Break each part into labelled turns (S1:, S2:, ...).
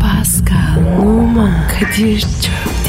S1: Pascal, Oman, Kadir çok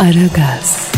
S1: Aragaz,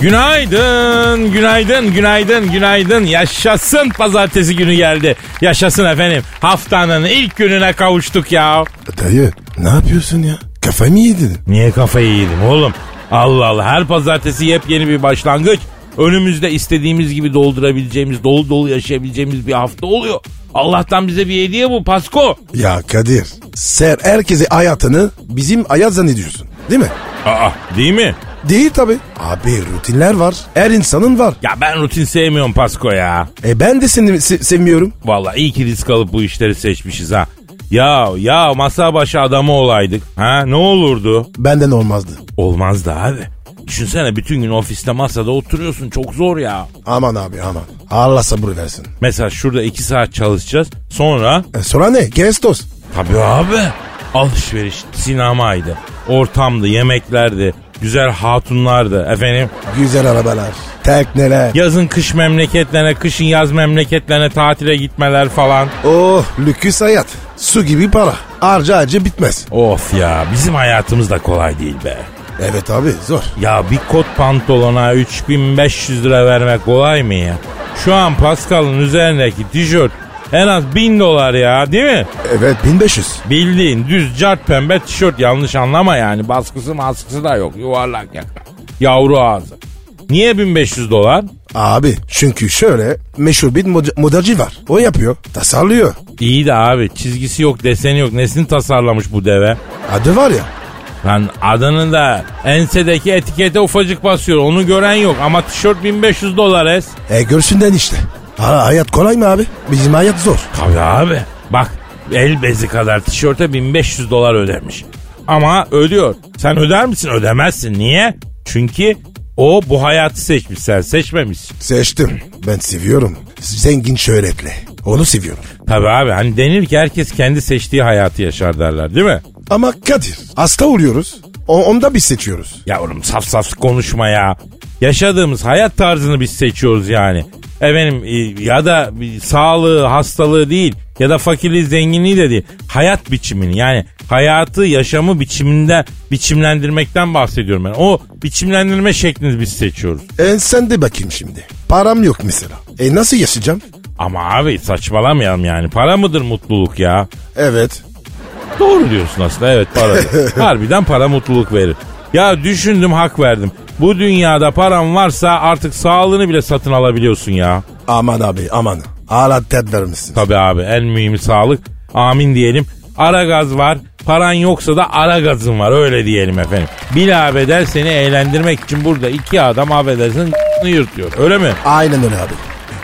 S2: Günaydın, günaydın, günaydın, günaydın. Yaşasın pazartesi günü geldi. Yaşasın efendim. Haftanın ilk gününe kavuştuk ya.
S3: Dayı ne yapıyorsun ya? Kafayı mı yedin?
S2: Niye kafayı yedim oğlum? Allah Allah her pazartesi yepyeni bir başlangıç. Önümüzde istediğimiz gibi doldurabileceğimiz, dolu dolu yaşayabileceğimiz bir hafta oluyor. Allah'tan bize bir hediye bu Pasko.
S3: Ya Kadir sen herkese hayatını bizim hayat zannediyorsun değil mi?
S2: Aa değil mi?
S3: Değil tabi. Abi rutinler var. Her insanın var.
S2: Ya ben rutin sevmiyorum Pasko ya.
S3: E ben de seni se- sevmiyorum.
S2: Vallahi iyi ki risk alıp bu işleri seçmişiz ha. Ya ya masa başı adamı olaydık. Ha ne olurdu?
S3: Benden olmazdı.
S2: Olmaz da abi. Düşünsene bütün gün ofiste masada oturuyorsun çok zor ya.
S3: Aman abi aman. Allah sabır versin.
S2: Mesela şurada iki saat çalışacağız sonra
S3: E sonra ne? Gestos.
S2: tabii abi alışveriş sinemaydı. Ortamdı yemeklerdi güzel hatunlardı efendim.
S3: Güzel arabalar. Tekneler.
S2: Yazın kış memleketlerine kışın yaz memleketlerine tatile gitmeler falan.
S3: Oh lüküs hayat. Su gibi para. Harca harca bitmez.
S2: Of ya bizim hayatımız da kolay değil be.
S3: Evet abi zor.
S2: Ya bir kot pantolona 3500 lira vermek kolay mı ya? Şu an Pascal'ın üzerindeki tişört en az 1000 dolar ya değil mi?
S3: Evet 1500.
S2: Bildiğin düz cart pembe tişört yanlış anlama yani baskısı maskısı da yok yuvarlak yaka. Yavru ağzı. Niye 1500 dolar?
S3: Abi çünkü şöyle meşhur bir mod- modacı var. O yapıyor. Tasarlıyor.
S2: İyi de abi çizgisi yok deseni yok nesini tasarlamış bu deve?
S3: Adı var ya.
S2: Lan adının da ensedeki etikete ufacık basıyor onu gören yok ama tişört 1500 dolar es.
S3: E görsünden işte. Ha, hayat kolay mı abi? Bizim hayat zor.
S2: Tabii abi. Bak el bezi kadar tişörte 1500 dolar ödemiş. Ama ödüyor. Sen öder misin? Ödemezsin. Niye? Çünkü o bu hayatı seçmiş. Sen seçmemişsin.
S3: Seçtim. Ben seviyorum. Zengin şöhretli. Onu seviyorum.
S2: Tabii abi hani denir ki herkes kendi seçtiği hayatı yaşar derler değil mi?
S3: Ama Kadir hasta oluyoruz. O, onda biz seçiyoruz.
S2: Yavrum saf saf konuşma ya. Yaşadığımız hayat tarzını biz seçiyoruz yani. Efendim e, ya da bir sağlığı, hastalığı değil ya da fakirliği, zenginliği de değil. Hayat biçimini yani hayatı, yaşamı biçiminde biçimlendirmekten bahsediyorum ben. O biçimlendirme şeklini biz seçiyoruz.
S3: E sen de bakayım şimdi. Param yok mesela. E nasıl yaşayacağım?
S2: Ama abi saçmalamayalım yani. Para mıdır mutluluk ya?
S3: Evet.
S2: Doğru diyorsun aslında evet paradır. Harbiden para mutluluk verir. Ya düşündüm hak verdim. Bu dünyada paran varsa artık sağlığını bile satın alabiliyorsun ya.
S3: Aman abi aman. Hala ted vermişsin.
S2: Tabii abi en mühimi sağlık. Amin diyelim. Ara gaz var. Paran yoksa da ara gazın var öyle diyelim efendim. Bilabeder seni eğlendirmek için burada iki adam affedersin yırtıyor öyle mi?
S3: Aynen öyle abi.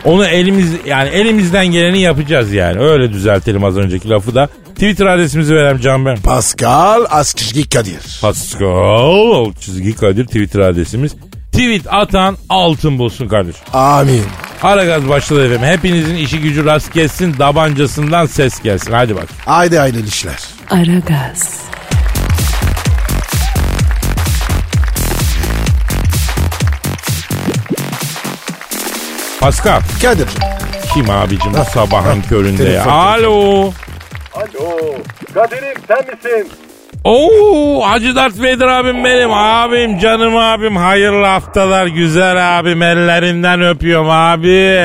S2: Onu elimiz yani elimizden geleni yapacağız yani. Öyle düzeltelim az önceki lafı da. Twitter adresimizi verelim Can ben.
S3: Pascal Askışki Kadir.
S2: Pascal alt çizgi Kadir Twitter adresimiz. Tweet atan altın bulsun kardeş.
S3: Amin.
S2: Aragaz başladı efendim. Hepinizin işi gücü rast gelsin, dabancasından ses gelsin. Hadi bak.
S3: Haydi hayırlı işler.
S1: Aragaz,
S2: Pascal.
S3: Kadir.
S2: Kim abicim bu sabahın
S3: ah,
S2: köründe ya?
S3: telefon,
S2: Alo.
S4: Alo. Kadir'im sen misin?
S2: Oo, Hacı Dert Vedir abim benim. Abim, canım abim. Hayırlı haftalar güzel abim. Ellerinden öpüyorum abi.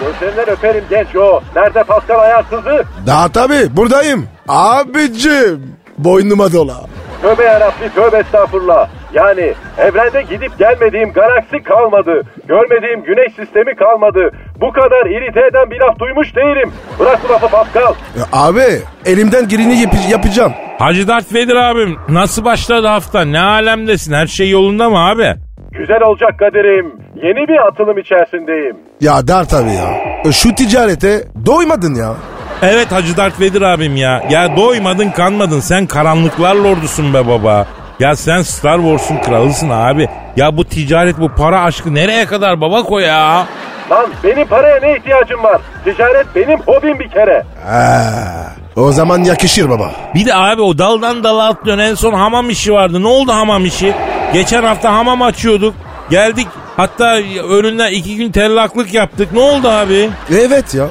S4: Gözlerinden öperim genç o. Nerede Pascal ayarsızı?
S3: Daha tabii buradayım. Abicim. Boynuma dola.
S4: Tövbe yarabbi tövbe estağfurullah. Yani evrende gidip gelmediğim galaksi kalmadı. Görmediğim güneş sistemi kalmadı. Bu kadar irite eden bir laf duymuş değilim. Bırak bu lafı Pascal.
S3: Ya abi elimden geleni yap- yapacağım.
S2: Hacı Dert Vedir abim nasıl başladı hafta? Ne alemdesin? Her şey yolunda mı abi?
S4: Güzel olacak Kadir'im. yeni bir atılım içerisindeyim.
S3: Ya dar tabii ya. E, Şu ticarete doymadın ya.
S2: Evet Hacı Dert Vedir abim ya. Ya doymadın kanmadın sen karanlıklar lordusun be baba. Ya sen Star Wars'un kralısın abi. Ya bu ticaret bu para aşkı nereye kadar baba koy ya?
S4: Lan benim paraya ne ihtiyacım var? Ticaret benim hobim bir kere.
S3: Ha, o zaman yakışır baba.
S2: Bir de abi o daldan dala atlıyorsun en son hamam işi vardı. Ne oldu hamam işi? Geçen hafta hamam açıyorduk. Geldik hatta önünden iki gün tellaklık yaptık. Ne oldu abi?
S3: Evet ya.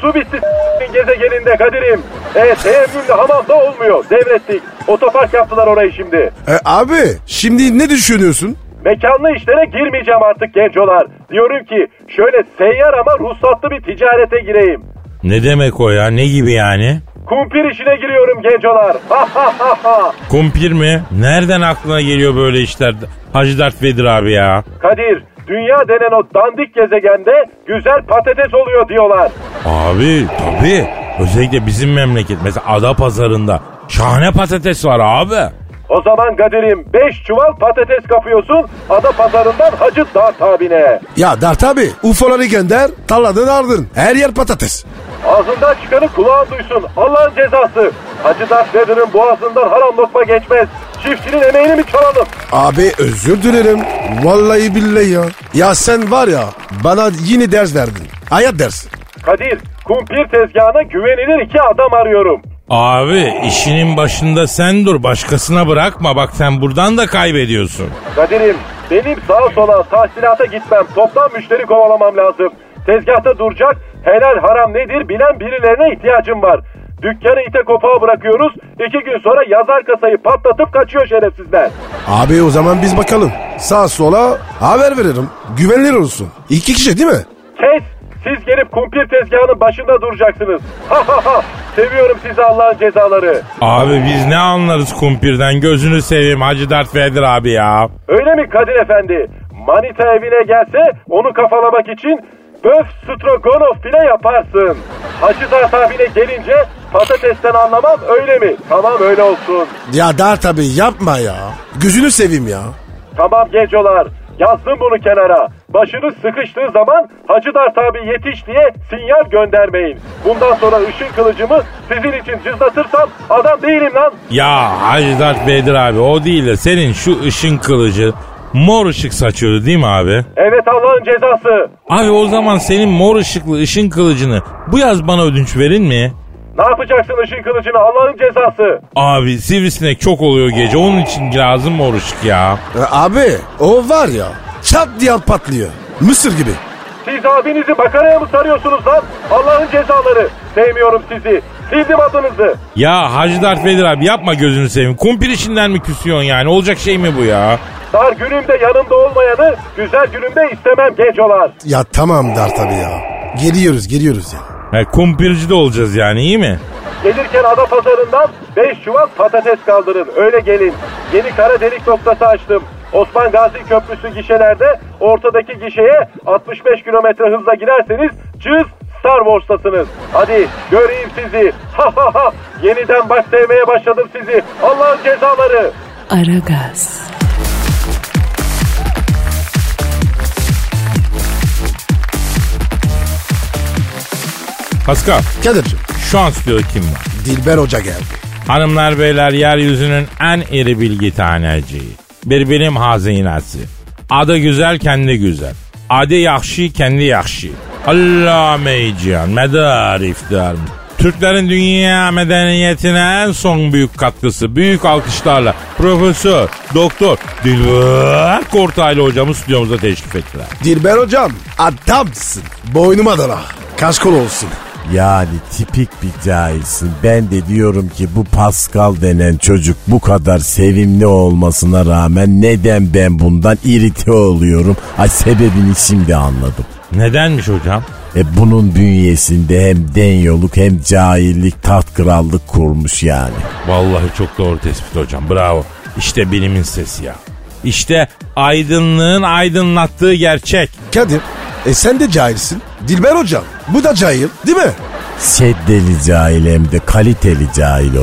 S4: Su bitti s**tin gezegeninde Kadir'im. E, teğmülde hamamda olmuyor. Devrettik. Otopark yaptılar orayı şimdi.
S3: E, abi şimdi ne düşünüyorsun?
S4: Mekanlı işlere girmeyeceğim artık gencolar. Diyorum ki şöyle seyyar ama ruhsatlı bir ticarete gireyim.
S2: Ne demek o ya? Ne gibi yani?
S4: Kumpir işine giriyorum gencolar. Ha ha ha ha.
S2: Kumpir mi? Nereden aklına geliyor böyle işler Hacı Dert Vedir abi ya?
S4: Kadir, dünya denen o dandik gezegende güzel patates oluyor diyorlar.
S2: Abi tabii. Özellikle bizim memleket mesela ada pazarında şahane patates var abi.
S4: O zaman Kadir'im 5 çuval patates kapıyorsun ada pazarından Hacı Dağ tabine.
S3: Ya Dert abi ufoları gönder tarladan ardın. Her yer patates.
S4: Ağzından çıkanı kulağın duysun. Allah'ın cezası. Hacı Darth Vader'ın boğazından haram lokma geçmez. Çiftçinin emeğini mi çalalım?
S3: Abi özür dilerim. Vallahi billahi ya. Ya sen var ya bana yine ders verdin. Hayat dersi.
S4: Kadir, kumpir tezgahına güvenilir iki adam arıyorum.
S2: Abi işinin başında sen dur başkasına bırakma bak sen buradan da kaybediyorsun.
S4: Kadir'im, benim sağa sola tahsilata gitmem. Toplam müşteri kovalamam lazım. Tezgahta duracak, helal haram nedir bilen birilerine ihtiyacım var. Dükkanı ite kopağa bırakıyoruz. iki gün sonra yazar kasayı patlatıp kaçıyor şerefsizler.
S3: Abi o zaman biz bakalım. Sağ sola haber veririm. Güvenilir olsun. İki kişi değil mi?
S4: Kes! Siz gelip kumpir tezgahının başında duracaksınız. Ha ha ha! Seviyorum sizi Allah'ın cezaları.
S2: Abi biz ne anlarız kumpirden gözünü seveyim Hacı Dert Vedir abi ya.
S4: Öyle mi Kadir Efendi? Manita evine gelse onu kafalamak için böf strogonof bile yaparsın. Hacı Dert abine gelince patatesten anlamam öyle mi? Tamam öyle olsun.
S3: Ya Dert abi yapma ya. Gözünü seveyim ya.
S4: Tamam gencolar. Yazdım bunu kenara. Başınız sıkıştığı zaman Hacı Dert abi yetiş diye sinyal göndermeyin. Bundan sonra ışın kılıcımı sizin için cızlatırsam adam değilim lan.
S2: Ya Hacı Dert Vedir abi o değil de senin şu ışın kılıcı mor ışık saçıyordu değil mi abi?
S4: Evet Allah'ın cezası.
S2: Abi o zaman senin mor ışıklı ışın kılıcını bu yaz bana ödünç verin mi?
S4: Ne yapacaksın ışın kılıcını Allah'ın cezası.
S2: Abi sivrisinek çok oluyor gece onun için lazım mor ışık ya.
S3: E, Abi o var ya çat diye patlıyor. Mısır gibi.
S4: Siz abinizi makaraya mı sarıyorsunuz lan? Allah'ın cezaları. Sevmiyorum sizi. Sildim adınızı.
S2: Ya Hacı Dert Vedir abi yapma gözünü seveyim. Kumpir işinden mi küsüyorsun yani? Olacak şey mi bu ya?
S4: Dar günümde yanımda olmayanı güzel günümde istemem gencolar.
S3: Ya tamam Dert abi ya. Geliyoruz geliyoruz ya.
S2: Ha, E, kumpirci de olacağız yani iyi mi?
S4: Gelirken ada pazarından 5 çuval patates kaldırın. Öyle gelin. Yeni kara delik noktası açtım. Osman Gazi Köprüsü gişelerde ortadaki gişeye 65 kilometre hızla girerseniz cız Star Wars'tasınız. Hadi göreyim sizi. Ha ha ha. Yeniden baş sevmeye başladım sizi. Allah'ın cezaları.
S1: Aragaz,
S2: Pascal
S3: Kadir'cim
S2: şu an stüdyoda kim var?
S3: Dilber Hoca geldi.
S2: Hanımlar beyler yeryüzünün en iri bilgi taneciyi. Bir bilim hazinesi. Adı güzel kendi güzel. Adı yakşı kendi yakşı. Allame-i cihan, medar iftar. Türklerin dünya medeniyetine en son büyük katkısı. Büyük alkışlarla Profesör, Doktor, Dilber Kortaylı hocamı stüdyomuza teşrif ettiler.
S3: Dilber Hocam adamsın. Boynuma dala. Kaş kol olsun.
S5: Yani tipik bir cahilsin. Ben de diyorum ki bu Pascal denen çocuk bu kadar sevimli olmasına rağmen neden ben bundan irite oluyorum? Ay sebebini şimdi anladım.
S2: Nedenmiş hocam?
S5: E bunun bünyesinde hem denyoluk hem cahillik tat krallık kurmuş yani.
S2: Vallahi çok doğru tespit hocam. Bravo. İşte bilimin sesi ya. İşte aydınlığın aydınlattığı gerçek.
S3: Kadir e sen de cahilsin. Dilber Hocam bu da cahil değil mi?
S5: Seddeli cahil hem de kaliteli cahil o.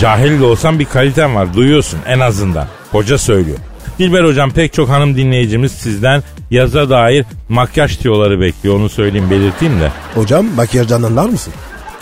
S2: Cahil de olsan bir kaliten var. Duyuyorsun en azından. Hoca söylüyor. Dilber hocam pek çok hanım dinleyicimiz sizden yaza dair makyaj tiyoları bekliyor onu söyleyeyim belirteyim de.
S3: Hocam makyajdan anlar mısın?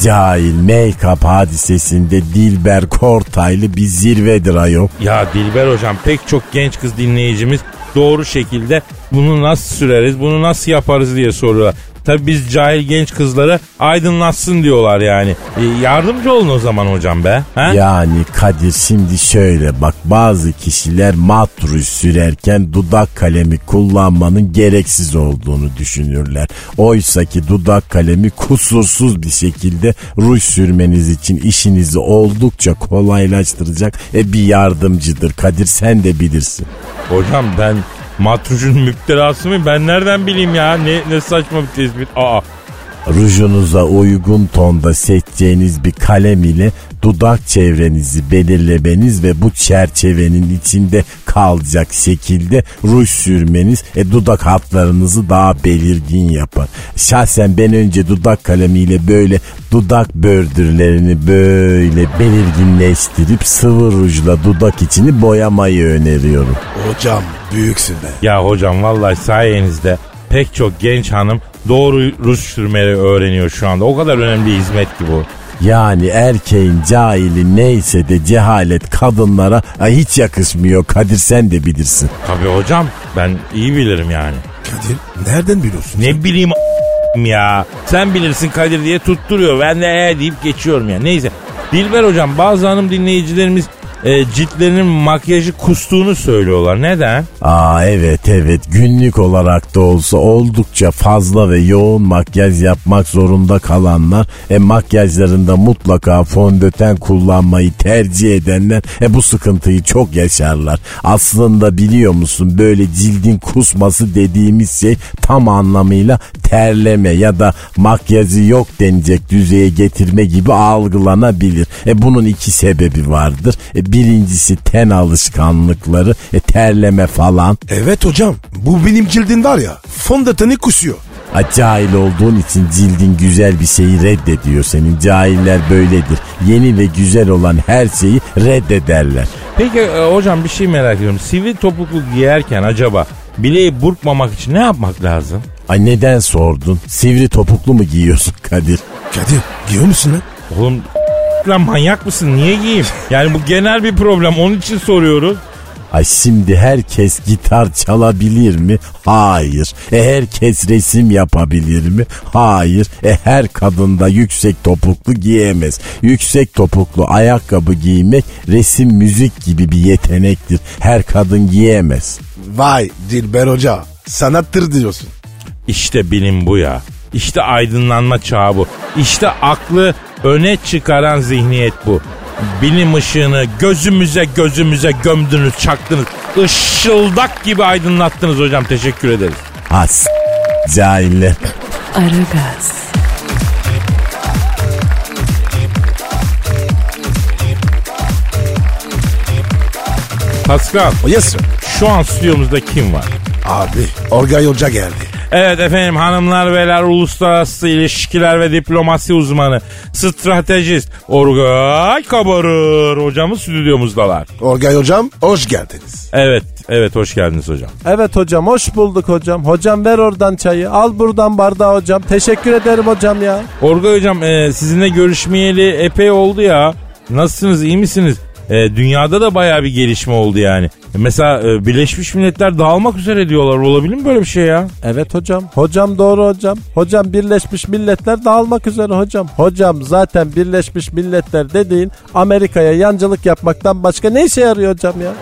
S5: Cahil make-up hadisesinde Dilber Kortaylı bir zirvedir ayol.
S2: Ya Dilber hocam pek çok genç kız dinleyicimiz doğru şekilde bunu nasıl süreriz, bunu nasıl yaparız diye soruyorlar. Tabi biz cahil genç kızlara aydınlatsın diyorlar yani. E, yardımcı olun o zaman hocam be. Ha?
S5: Yani Kadir şimdi şöyle bak bazı kişiler mat ruj sürerken dudak kalemi kullanmanın gereksiz olduğunu düşünürler. Oysa ki dudak kalemi kusursuz bir şekilde ruj sürmeniz için işinizi oldukça kolaylaştıracak e, bir yardımcıdır. Kadir sen de bilirsin.
S2: Hocam ben matrucun müptelası mıyım? Ben nereden bileyim ya? Ne, ne saçma bir tespit. Aa.
S5: Rujunuza uygun tonda seçeceğiniz bir kalem ile dudak çevrenizi belirlemeniz ve bu çerçevenin içinde kalacak şekilde ruj sürmeniz e, dudak hatlarınızı daha belirgin yapar. Şahsen ben önce dudak kalemiyle böyle dudak bördürlerini böyle belirginleştirip sıvı rujla dudak içini boyamayı öneriyorum.
S3: Hocam büyüksün be.
S2: Ya hocam vallahi sayenizde pek çok genç hanım doğru Rus sürmeyi öğreniyor şu anda. O kadar önemli bir hizmet ki bu.
S5: Yani erkeğin cahili neyse de cehalet kadınlara ay, hiç yakışmıyor Kadir sen de bilirsin.
S2: Tabii hocam ben iyi bilirim yani.
S3: Kadir nereden biliyorsun?
S2: Ne bileyim a**im ya. Sen bilirsin Kadir diye tutturuyor. Ben de ee deyip geçiyorum ya. Neyse. Dilber hocam bazı hanım dinleyicilerimiz e, ciltlerinin makyajı kustuğunu söylüyorlar. Neden?
S5: Aa evet evet günlük olarak da olsa oldukça fazla ve yoğun makyaj yapmak zorunda kalanlar e, makyajlarında mutlaka fondöten kullanmayı tercih edenler e, bu sıkıntıyı çok yaşarlar. Aslında biliyor musun böyle cildin kusması dediğimiz şey tam anlamıyla terleme ya da makyajı yok denecek düzeye getirme gibi algılanabilir. E, bunun iki sebebi vardır. E, birincisi ten alışkanlıkları e, terleme falan.
S3: Evet hocam bu benim cildim var ya fondöteni kusuyor.
S5: Ha, Cahil olduğun için cildin güzel bir şeyi reddediyor senin. Cahiller böyledir. Yeni ve güzel olan her şeyi reddederler.
S2: Peki e, hocam bir şey merak ediyorum. Sivri topuklu giyerken acaba bileği burkmamak için ne yapmak lazım?
S5: Ay neden sordun? Sivri topuklu mu giyiyorsun Kadir?
S3: Kadir giyiyor musun lan?
S2: Oğlum lan manyak mısın? Niye giyeyim? Yani bu genel bir problem. Onun için soruyoruz.
S5: Ay şimdi herkes gitar çalabilir mi? Hayır. E herkes resim yapabilir mi? Hayır. E her kadın da yüksek topuklu giyemez. Yüksek topuklu ayakkabı giymek resim müzik gibi bir yetenektir. Her kadın giyemez.
S3: Vay Dilber Hoca sanattır diyorsun.
S2: İşte bilim bu ya. İşte aydınlanma çağı bu. İşte aklı öne çıkaran zihniyet bu. Bilim ışığını gözümüze gözümüze gömdünüz, çaktınız. Işıldak gibi aydınlattınız hocam. Teşekkür ederiz.
S5: Has cahiller.
S1: Aragaz,
S2: Pascal,
S3: Yes sir.
S2: şu an stüdyomuzda kim var?
S3: Abi Orgay Hoca geldi.
S2: Evet efendim hanımlar beyler uluslararası ilişkiler ve diplomasi uzmanı, stratejist, Orgay Kabarır hocamız stüdyomuzdalar.
S3: Orgay Hocam hoş geldiniz.
S2: Evet, evet hoş geldiniz hocam.
S6: Evet hocam hoş bulduk hocam. Hocam ver oradan çayı. Al buradan bardağı hocam. Teşekkür ederim hocam ya.
S2: Orgay hocam e, sizinle görüşmeyeli epey oldu ya. Nasılsınız, iyi misiniz? E, dünyada da bayağı bir gelişme oldu yani. E, Mesela e, Birleşmiş Milletler dağılmak üzere diyorlar. Olabilir mi böyle bir şey ya?
S6: Evet hocam. Hocam doğru hocam. Hocam Birleşmiş Milletler dağılmak üzere hocam. Hocam zaten Birleşmiş Milletler dediğin Amerika'ya yancılık yapmaktan başka ne işe yarıyor hocam ya?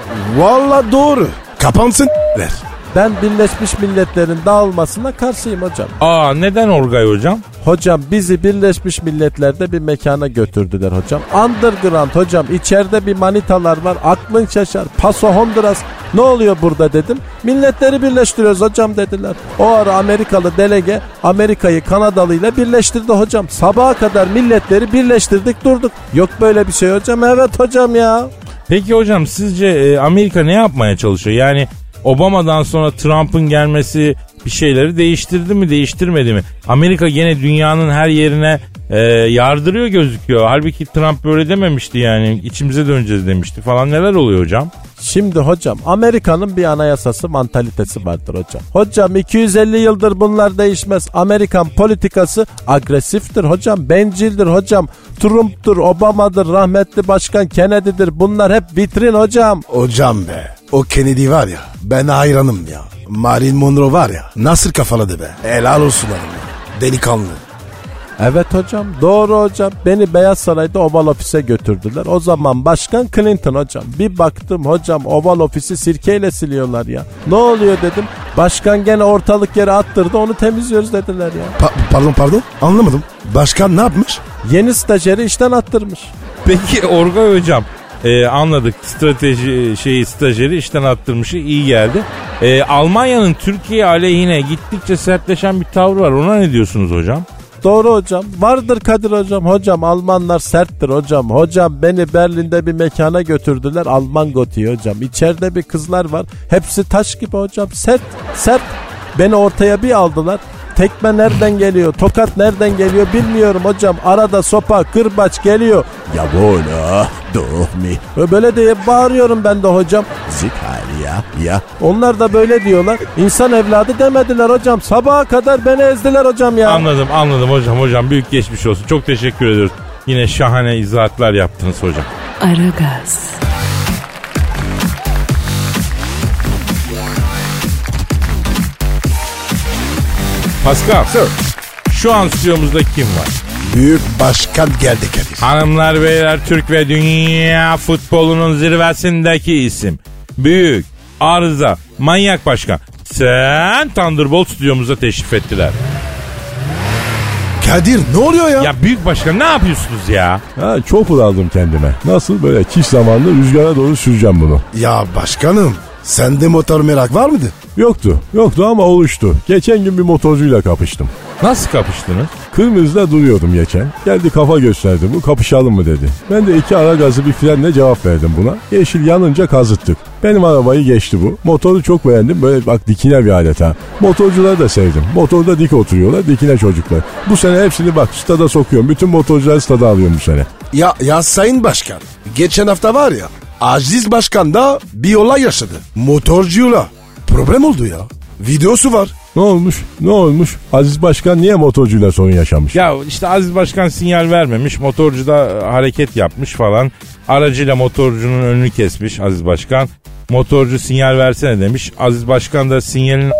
S3: Valla doğru. Kapansın ver.
S6: Ben Birleşmiş Milletler'in dağılmasına karşıyım hocam.
S2: Aa neden Orgay hocam?
S6: Hocam bizi Birleşmiş Milletler'de bir mekana götürdüler hocam. Underground hocam içeride bir manitalar var aklın şaşar. Paso Honduras ne oluyor burada dedim. Milletleri birleştiriyoruz hocam dediler. O ara Amerikalı delege Amerika'yı Kanadalı'yla birleştirdi hocam. Sabaha kadar milletleri birleştirdik durduk. Yok böyle bir şey hocam evet hocam ya.
S2: Peki hocam sizce e, Amerika ne yapmaya çalışıyor? Yani Obama'dan sonra Trump'ın gelmesi bir şeyleri değiştirdi mi değiştirmedi mi? Amerika gene dünyanın her yerine e, yardırıyor gözüküyor. Halbuki Trump böyle dememişti yani içimize döneceğiz demişti falan neler oluyor hocam?
S6: Şimdi hocam Amerika'nın bir anayasası mantalitesi vardır hocam. Hocam 250 yıldır bunlar değişmez. Amerikan politikası agresiftir hocam, bencildir hocam. Trump'tur, Obama'dır, rahmetli başkan Kennedy'dir. Bunlar hep vitrin hocam.
S3: Hocam be. O Kennedy var ya. Ben hayranım ya. Marilyn Monroe var ya. Nasıl kafaladı be. Helal olsun hanım ya. Delikanlı.
S6: Evet hocam doğru hocam beni Beyaz Saray'da oval ofise götürdüler. O zaman başkan Clinton hocam bir baktım hocam oval ofisi sirkeyle siliyorlar ya. Ne oluyor dedim başkan gene ortalık yere attırdı onu temizliyoruz dediler ya.
S3: Pa- pardon pardon. Anlamadım. Başkan ne yapmış?
S6: Yeni stajyeri işten attırmış.
S2: Peki Orga hocam e, anladık strateji şeyi stajyeri işten attırmışı iyi geldi. E, Almanya'nın Türkiye aleyhine gittikçe sertleşen bir tavrı var ona ne diyorsunuz hocam?
S6: Doğru hocam. Vardır Kadir hocam. Hocam Almanlar serttir hocam. Hocam beni Berlin'de bir mekana götürdüler. Alman gotiği hocam. İçeride bir kızlar var. Hepsi taş gibi hocam. Sert, sert. Beni ortaya bir aldılar. Tekme nereden geliyor? Tokat nereden geliyor bilmiyorum hocam. Arada sopa, kırbaç geliyor. ah,
S5: Ya bola, doch mi,
S6: Ve Böyle diye bağırıyorum ben de hocam.
S5: zikariya, ya.
S6: Onlar da böyle diyorlar. İnsan evladı demediler hocam. Sabaha kadar beni ezdiler hocam ya.
S2: Anladım anladım hocam hocam büyük geçmiş olsun çok teşekkür ediyoruz. Yine şahane izahatlar yaptınız hocam.
S1: Aragaz,
S2: Pascal. Şu an stüdyomuzda kim var?
S3: Büyük başkan geldi Kadir.
S2: Hanımlar beyler Türk ve dünya futbolunun zirvesindeki isim. Büyük, arıza, manyak başkan. Sen Thunderbolt stüdyomuza teşrif ettiler.
S3: Kadir ne oluyor ya?
S2: Ya büyük başkan ne yapıyorsunuz ya?
S5: Ha, çok aldım kendime. Nasıl böyle çift zamanlı rüzgara doğru süreceğim bunu.
S3: Ya başkanım. Sende motor merak var mıydı?
S5: Yoktu. Yoktu ama oluştu. Geçen gün bir motorcuyla kapıştım.
S2: Nasıl kapıştınız?
S5: Kırmızıda duruyordum geçen. Geldi kafa gösterdi bu kapışalım mı dedi. Ben de iki ara gazı bir frenle cevap verdim buna. Yeşil yanınca kazıttık. Benim arabayı geçti bu. Motoru çok beğendim. Böyle bak dikine bir alet ha. Motorcuları da sevdim. Motorda dik oturuyorlar. Dikine çocuklar. Bu sene hepsini bak stada sokuyorum. Bütün motorcuları stada alıyorum bu sene.
S3: Ya, ya sayın başkan. Geçen hafta var ya. Aziz başkan da bir olay yaşadı. Motorcuyla. Problem oldu ya. Videosu var.
S5: Ne olmuş? Ne olmuş? Aziz Başkan niye motorcuyla sorun yaşamış?
S2: Ya işte Aziz Başkan sinyal vermemiş, motorcu da e, hareket yapmış falan. Aracıyla motorcunun önünü kesmiş Aziz Başkan. Motorcu sinyal versene demiş. Aziz Başkan da sinyalini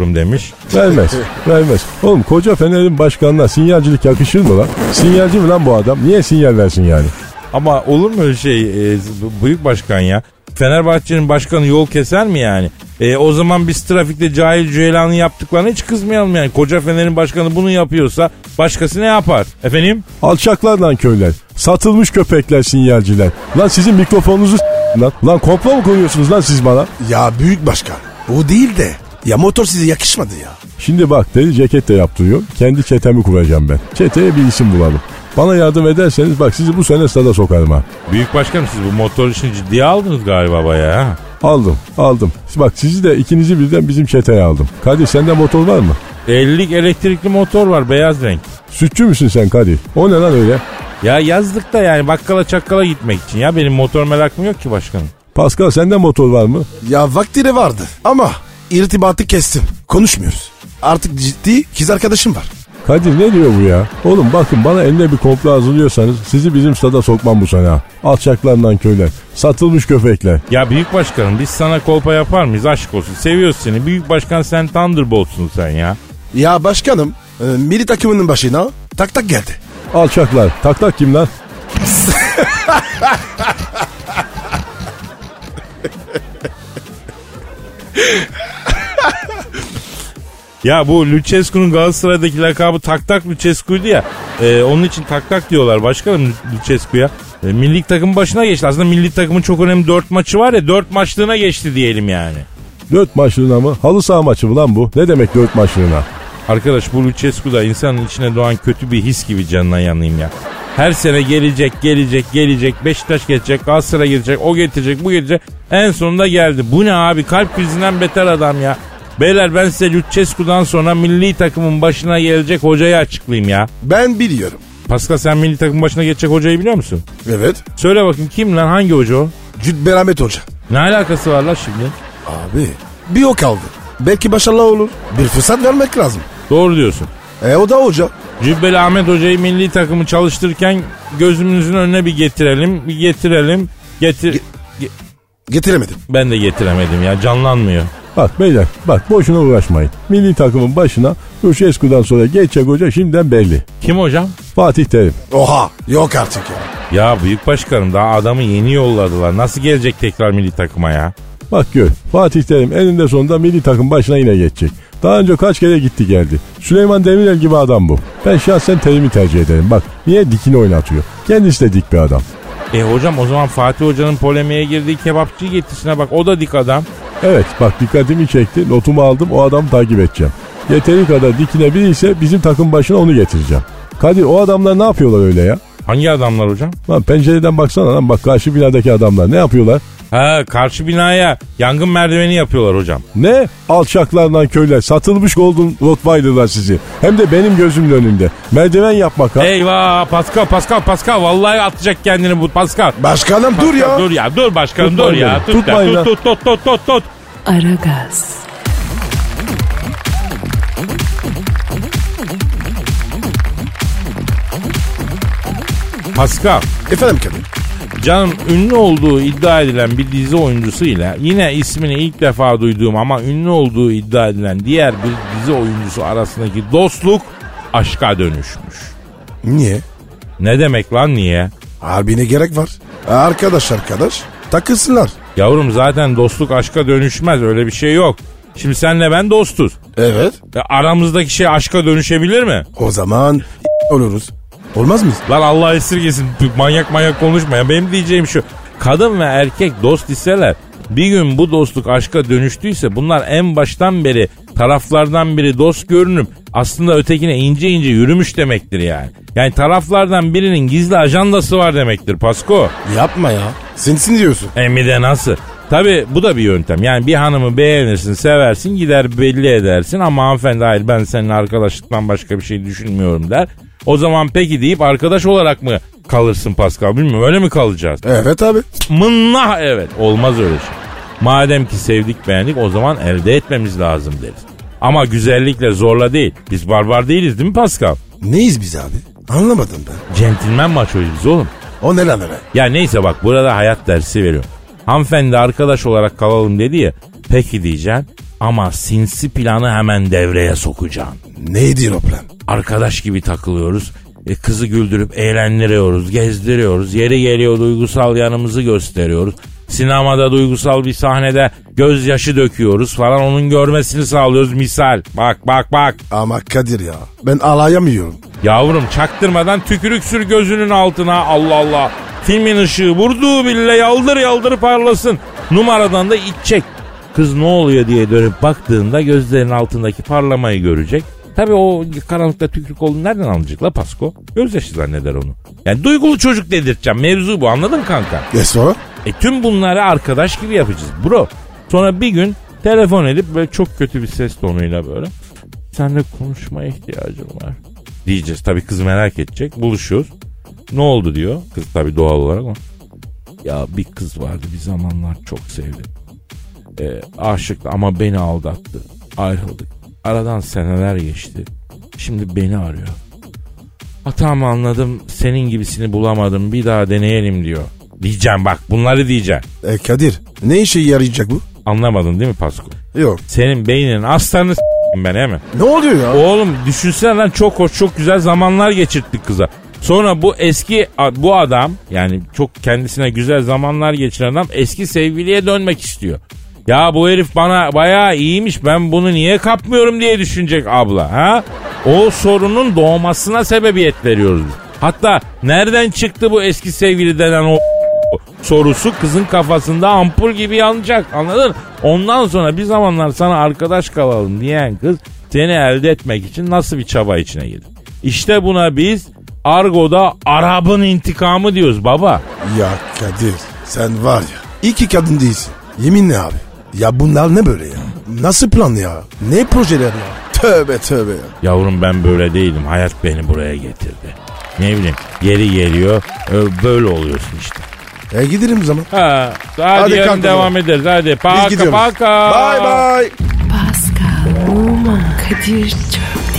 S2: a**ım demiş.
S5: Vermez. Vermez. Oğlum koca Fener'in başkanına sinyalcilik yakışır mı lan? Sinyalci mi lan bu adam? Niye sinyal versin yani?
S2: Ama olur mu öyle şey e, bu- büyük başkan ya? Fenerbahçe'nin başkanı yol keser mi yani? E, o zaman biz trafikte cahil cüelanı yaptıklarına hiç kızmayalım yani. Koca Fener'in başkanı bunu yapıyorsa başkası ne yapar? Efendim?
S5: Alçaklar lan köyler. Satılmış köpekler sinyalciler. Lan sizin mikrofonunuzu s- lan. Lan komplo mu koyuyorsunuz lan siz bana?
S3: Ya büyük başkan. O değil de. Ya motor size yakışmadı ya.
S5: Şimdi bak deri ceket de yaptırıyor. Kendi çetemi kuracağım ben. Çeteye bir isim bulalım. Bana yardım ederseniz bak sizi bu sene stada sokarım ha.
S2: Büyük başkanım siz bu motor işini ciddiye aldınız galiba bayağı ha.
S5: Aldım aldım. Bak sizi de ikinizi birden bizim çeteye aldım. Kadir sende motor var mı?
S2: 50 elektrikli motor var beyaz renk.
S5: Sütçü müsün sen Kadir? O ne lan öyle?
S2: Ya yazlıkta yani bakkala çakkala gitmek için ya benim motor merakım yok ki başkanım.
S5: Pascal sende motor var mı?
S3: Ya vaktine vardı ama irtibatı kestim. Konuşmuyoruz. Artık ciddi kız arkadaşım var.
S5: Kadir ne diyor bu ya? Oğlum bakın bana eline bir komplo hazırlıyorsanız sizi bizim stada sokmam bu sene. ha. Alçaklardan köyler. Satılmış köpekler.
S2: Ya büyük başkanım biz sana kolpa yapar mıyız aşk olsun seviyoruz seni. Büyük başkan sen Thunderbolt'sun sen ya.
S3: Ya başkanım e, milli takımının başına tak tak geldi.
S5: Alçaklar. Tak tak kim lan?
S2: Ya bu Lucescu'nun Galatasaray'daki lakabı tak tak Lucescu'ydu ya. E, onun için tak tak diyorlar başkanım Lucescu'ya. E, milli takım başına geçti. Aslında milli takımın çok önemli dört maçı var ya dört maçlığına geçti diyelim yani.
S5: Dört maçlığına mı? Halı saha maçı mı lan bu? Ne demek dört maçlığına?
S2: Arkadaş bu Lucescu da insanın içine doğan kötü bir his gibi canına yanayım ya. Her sene gelecek, gelecek, gelecek, Beşiktaş gelecek, Galatasaray gelecek, o getirecek, bu getirecek. En sonunda geldi. Bu ne abi? Kalp krizinden beter adam ya. Beyler ben size Lucescu'dan sonra milli takımın başına gelecek hocayı açıklayayım ya.
S3: Ben biliyorum.
S2: Pascal sen milli takımın başına geçecek hocayı biliyor musun?
S3: Evet.
S2: Söyle bakayım kim lan hangi hoca o?
S3: Cüt Beramet Hoca.
S2: Ne alakası var lan şimdi?
S3: Abi bir o kaldı. Belki başarılı olur. Bir fırsat vermek lazım.
S2: Doğru diyorsun.
S3: E o da hoca.
S2: Cübbeli Ahmet Hoca'yı milli takımı çalıştırırken gözümüzün önüne bir getirelim, bir getirelim, getir...
S3: Getiremedim.
S2: ben de getiremedim ya canlanmıyor.
S7: Bak beyler bak boşuna uğraşmayın. Milli takımın başına Lucescu'dan sonra geçecek hoca şimdiden belli.
S2: Kim hocam?
S7: Fatih Terim.
S3: Oha yok artık ya.
S2: Ya büyük başkanım daha adamı yeni yolladılar. Nasıl gelecek tekrar milli takıma ya?
S7: Bak gör Fatih Terim eninde sonunda milli takım başına yine geçecek. Daha önce kaç kere gitti geldi. Süleyman Demirel gibi adam bu. Ben şahsen Terim'i tercih ederim. Bak niye dikini oynatıyor. Kendisi de dik bir adam.
S2: E hocam o zaman Fatih Hoca'nın polemiğe girdiği kebapçı getirsine bak o da dik adam.
S7: Evet bak dikkatimi çekti. Notumu aldım o adamı takip edeceğim. Yeteri kadar dikine biri ise bizim takım başına onu getireceğim. Kadir o adamlar ne yapıyorlar öyle ya?
S2: Hangi adamlar hocam?
S7: Lan pencereden baksana lan bak karşı binadaki adamlar ne yapıyorlar?
S2: Ha karşı binaya yangın merdiveni yapıyorlar hocam.
S7: Ne? Alçaklardan köyler satılmış Golden Rottweiler'lar sizi. Hem de benim gözümün önünde. Merdiven yapmak ha.
S2: Eyvah Pascal Pascal Pascal vallahi atacak kendini bu Pascal.
S3: Başkanım dur ya.
S2: Dur ya dur başkanım
S7: Tutmayın
S2: dur ya.
S7: beni,
S2: Tut, ya,
S7: tutmayın
S2: tut,
S7: lan.
S2: tut tut tut tut tut.
S1: Aragaz,
S2: Pascal
S3: Efendim kadın.
S2: canım ünlü olduğu iddia edilen bir dizi oyuncusuyla yine ismini ilk defa duyduğum ama ünlü olduğu iddia edilen diğer bir dizi oyuncusu arasındaki dostluk aşka dönüşmüş.
S3: Niye?
S2: Ne demek lan niye?
S3: Harbi ne gerek var? Arkadaş arkadaş takılsınlar.
S2: Yavrum zaten dostluk aşka dönüşmez öyle bir şey yok. Şimdi senle ben dostuz.
S3: Evet.
S2: E, aramızdaki şey aşka dönüşebilir mi?
S3: O zaman oluruz. Olmaz mıyız?
S2: Lan Allah esirgesin p- manyak manyak konuşma ya. Benim diyeceğim şu. Kadın ve erkek dost iseler bir gün bu dostluk aşka dönüştüyse bunlar en baştan beri taraflardan biri dost görünüp aslında ötekine ince ince yürümüş demektir yani. Yani taraflardan birinin gizli ajandası var demektir Pasko.
S3: Yapma ya. Sensin diyorsun.
S2: Emi E, de nasıl? Tabi bu da bir yöntem. Yani bir hanımı beğenirsin, seversin, gider belli edersin ama hanımefendi hayır ben senin arkadaşlıktan başka bir şey düşünmüyorum der. O zaman peki deyip arkadaş olarak mı kalırsın Pascal bilmiyorum öyle mi kalacağız?
S3: Evet abi.
S2: Mınnah evet olmaz öyle şey. Madem ki sevdik beğendik o zaman elde etmemiz lazım deriz. Ama güzellikle zorla değil. Biz barbar değiliz değil mi Pascal?
S3: Neyiz biz abi? Anlamadım ben.
S2: Centilmen maçoyuz biz oğlum.
S3: O ne lan öyle?
S2: Ya neyse bak burada hayat dersi veriyorum. Hanımefendi arkadaş olarak kalalım dedi ya. Peki diyeceksin ama sinsi planı hemen devreye sokacaksın.
S3: Neydi o plan?
S2: Arkadaş gibi takılıyoruz. E, kızı güldürüp eğlendiriyoruz, gezdiriyoruz. Yeri geliyor duygusal yanımızı gösteriyoruz. Sinemada duygusal bir sahnede gözyaşı döküyoruz falan onun görmesini sağlıyoruz misal. Bak bak bak.
S3: Ama Kadir ya ben alayamıyorum.
S2: Yavrum çaktırmadan tükürük sür gözünün altına Allah Allah. Filmin ışığı vurduğu bile yaldır yaldır parlasın. Numaradan da iç çek. Kız ne oluyor diye dönüp baktığında gözlerinin altındaki parlamayı görecek. Tabii o karanlıkta tükürük olduğunu nereden anlayacak la Pasko? Gözyaşı zanneder onu. Yani duygulu çocuk dedirteceğim. Mevzu bu anladın kanka?
S3: E sonra?
S2: E tüm bunları arkadaş gibi yapacağız bro. Sonra bir gün telefon edip böyle çok kötü bir ses tonuyla böyle. Seninle konuşmaya ihtiyacım var. Diyeceğiz tabii kız merak edecek. Buluşuyoruz. Ne oldu diyor. Kız tabii doğal olarak ama. Ya bir kız vardı bir zamanlar çok sevdim. E, aşıktı ama beni aldattı. Ayrıldık. Aradan seneler geçti. Şimdi beni arıyor. Hatamı anladım. Senin gibisini bulamadım. Bir daha deneyelim diyor. Diyeceğim bak bunları diyeceğim.
S3: E Kadir ne işe yarayacak bu?
S2: Anlamadın değil mi Pasko?
S3: Yok.
S2: Senin beyninin aslanı s**eyim ben he mi?
S3: Ne oluyor ya?
S2: Oğlum düşünsene lan çok hoş çok güzel zamanlar geçirttik kıza. Sonra bu eski a- bu adam yani çok kendisine güzel zamanlar geçiren adam eski sevgiliye dönmek istiyor. Ya bu herif bana bayağı iyiymiş ben bunu niye kapmıyorum diye düşünecek abla ha? O sorunun doğmasına sebebiyet veriyoruz biz. Hatta nereden çıktı bu eski sevgili denen o sorusu kızın kafasında ampul gibi yanacak anladın? Ondan sonra bir zamanlar sana arkadaş kalalım diyen kız seni elde etmek için nasıl bir çaba içine girdi? İşte buna biz argoda Arap'ın intikamı diyoruz baba.
S3: Ya Kadir sen var ya. İyi ki kadın değilsin. Yeminle abi. Ya bunlar ne böyle ya? Nasıl plan ya? Ne projeler ya? Tövbe tövbe ya.
S2: Yavrum ben böyle değilim. Hayat beni buraya getirdi. Ne bileyim yeri geliyor ö, böyle oluyorsun işte.
S3: E gidelim o zaman.
S2: Ha, hadi,
S3: Hadi
S2: yarın
S3: kanka.
S2: devam ederiz hadi. Paka
S3: Biz gidiyoruz.
S2: paka.
S3: Bye bye.
S1: Pascal, Oman, Kadir çok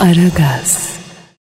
S1: Aragaz.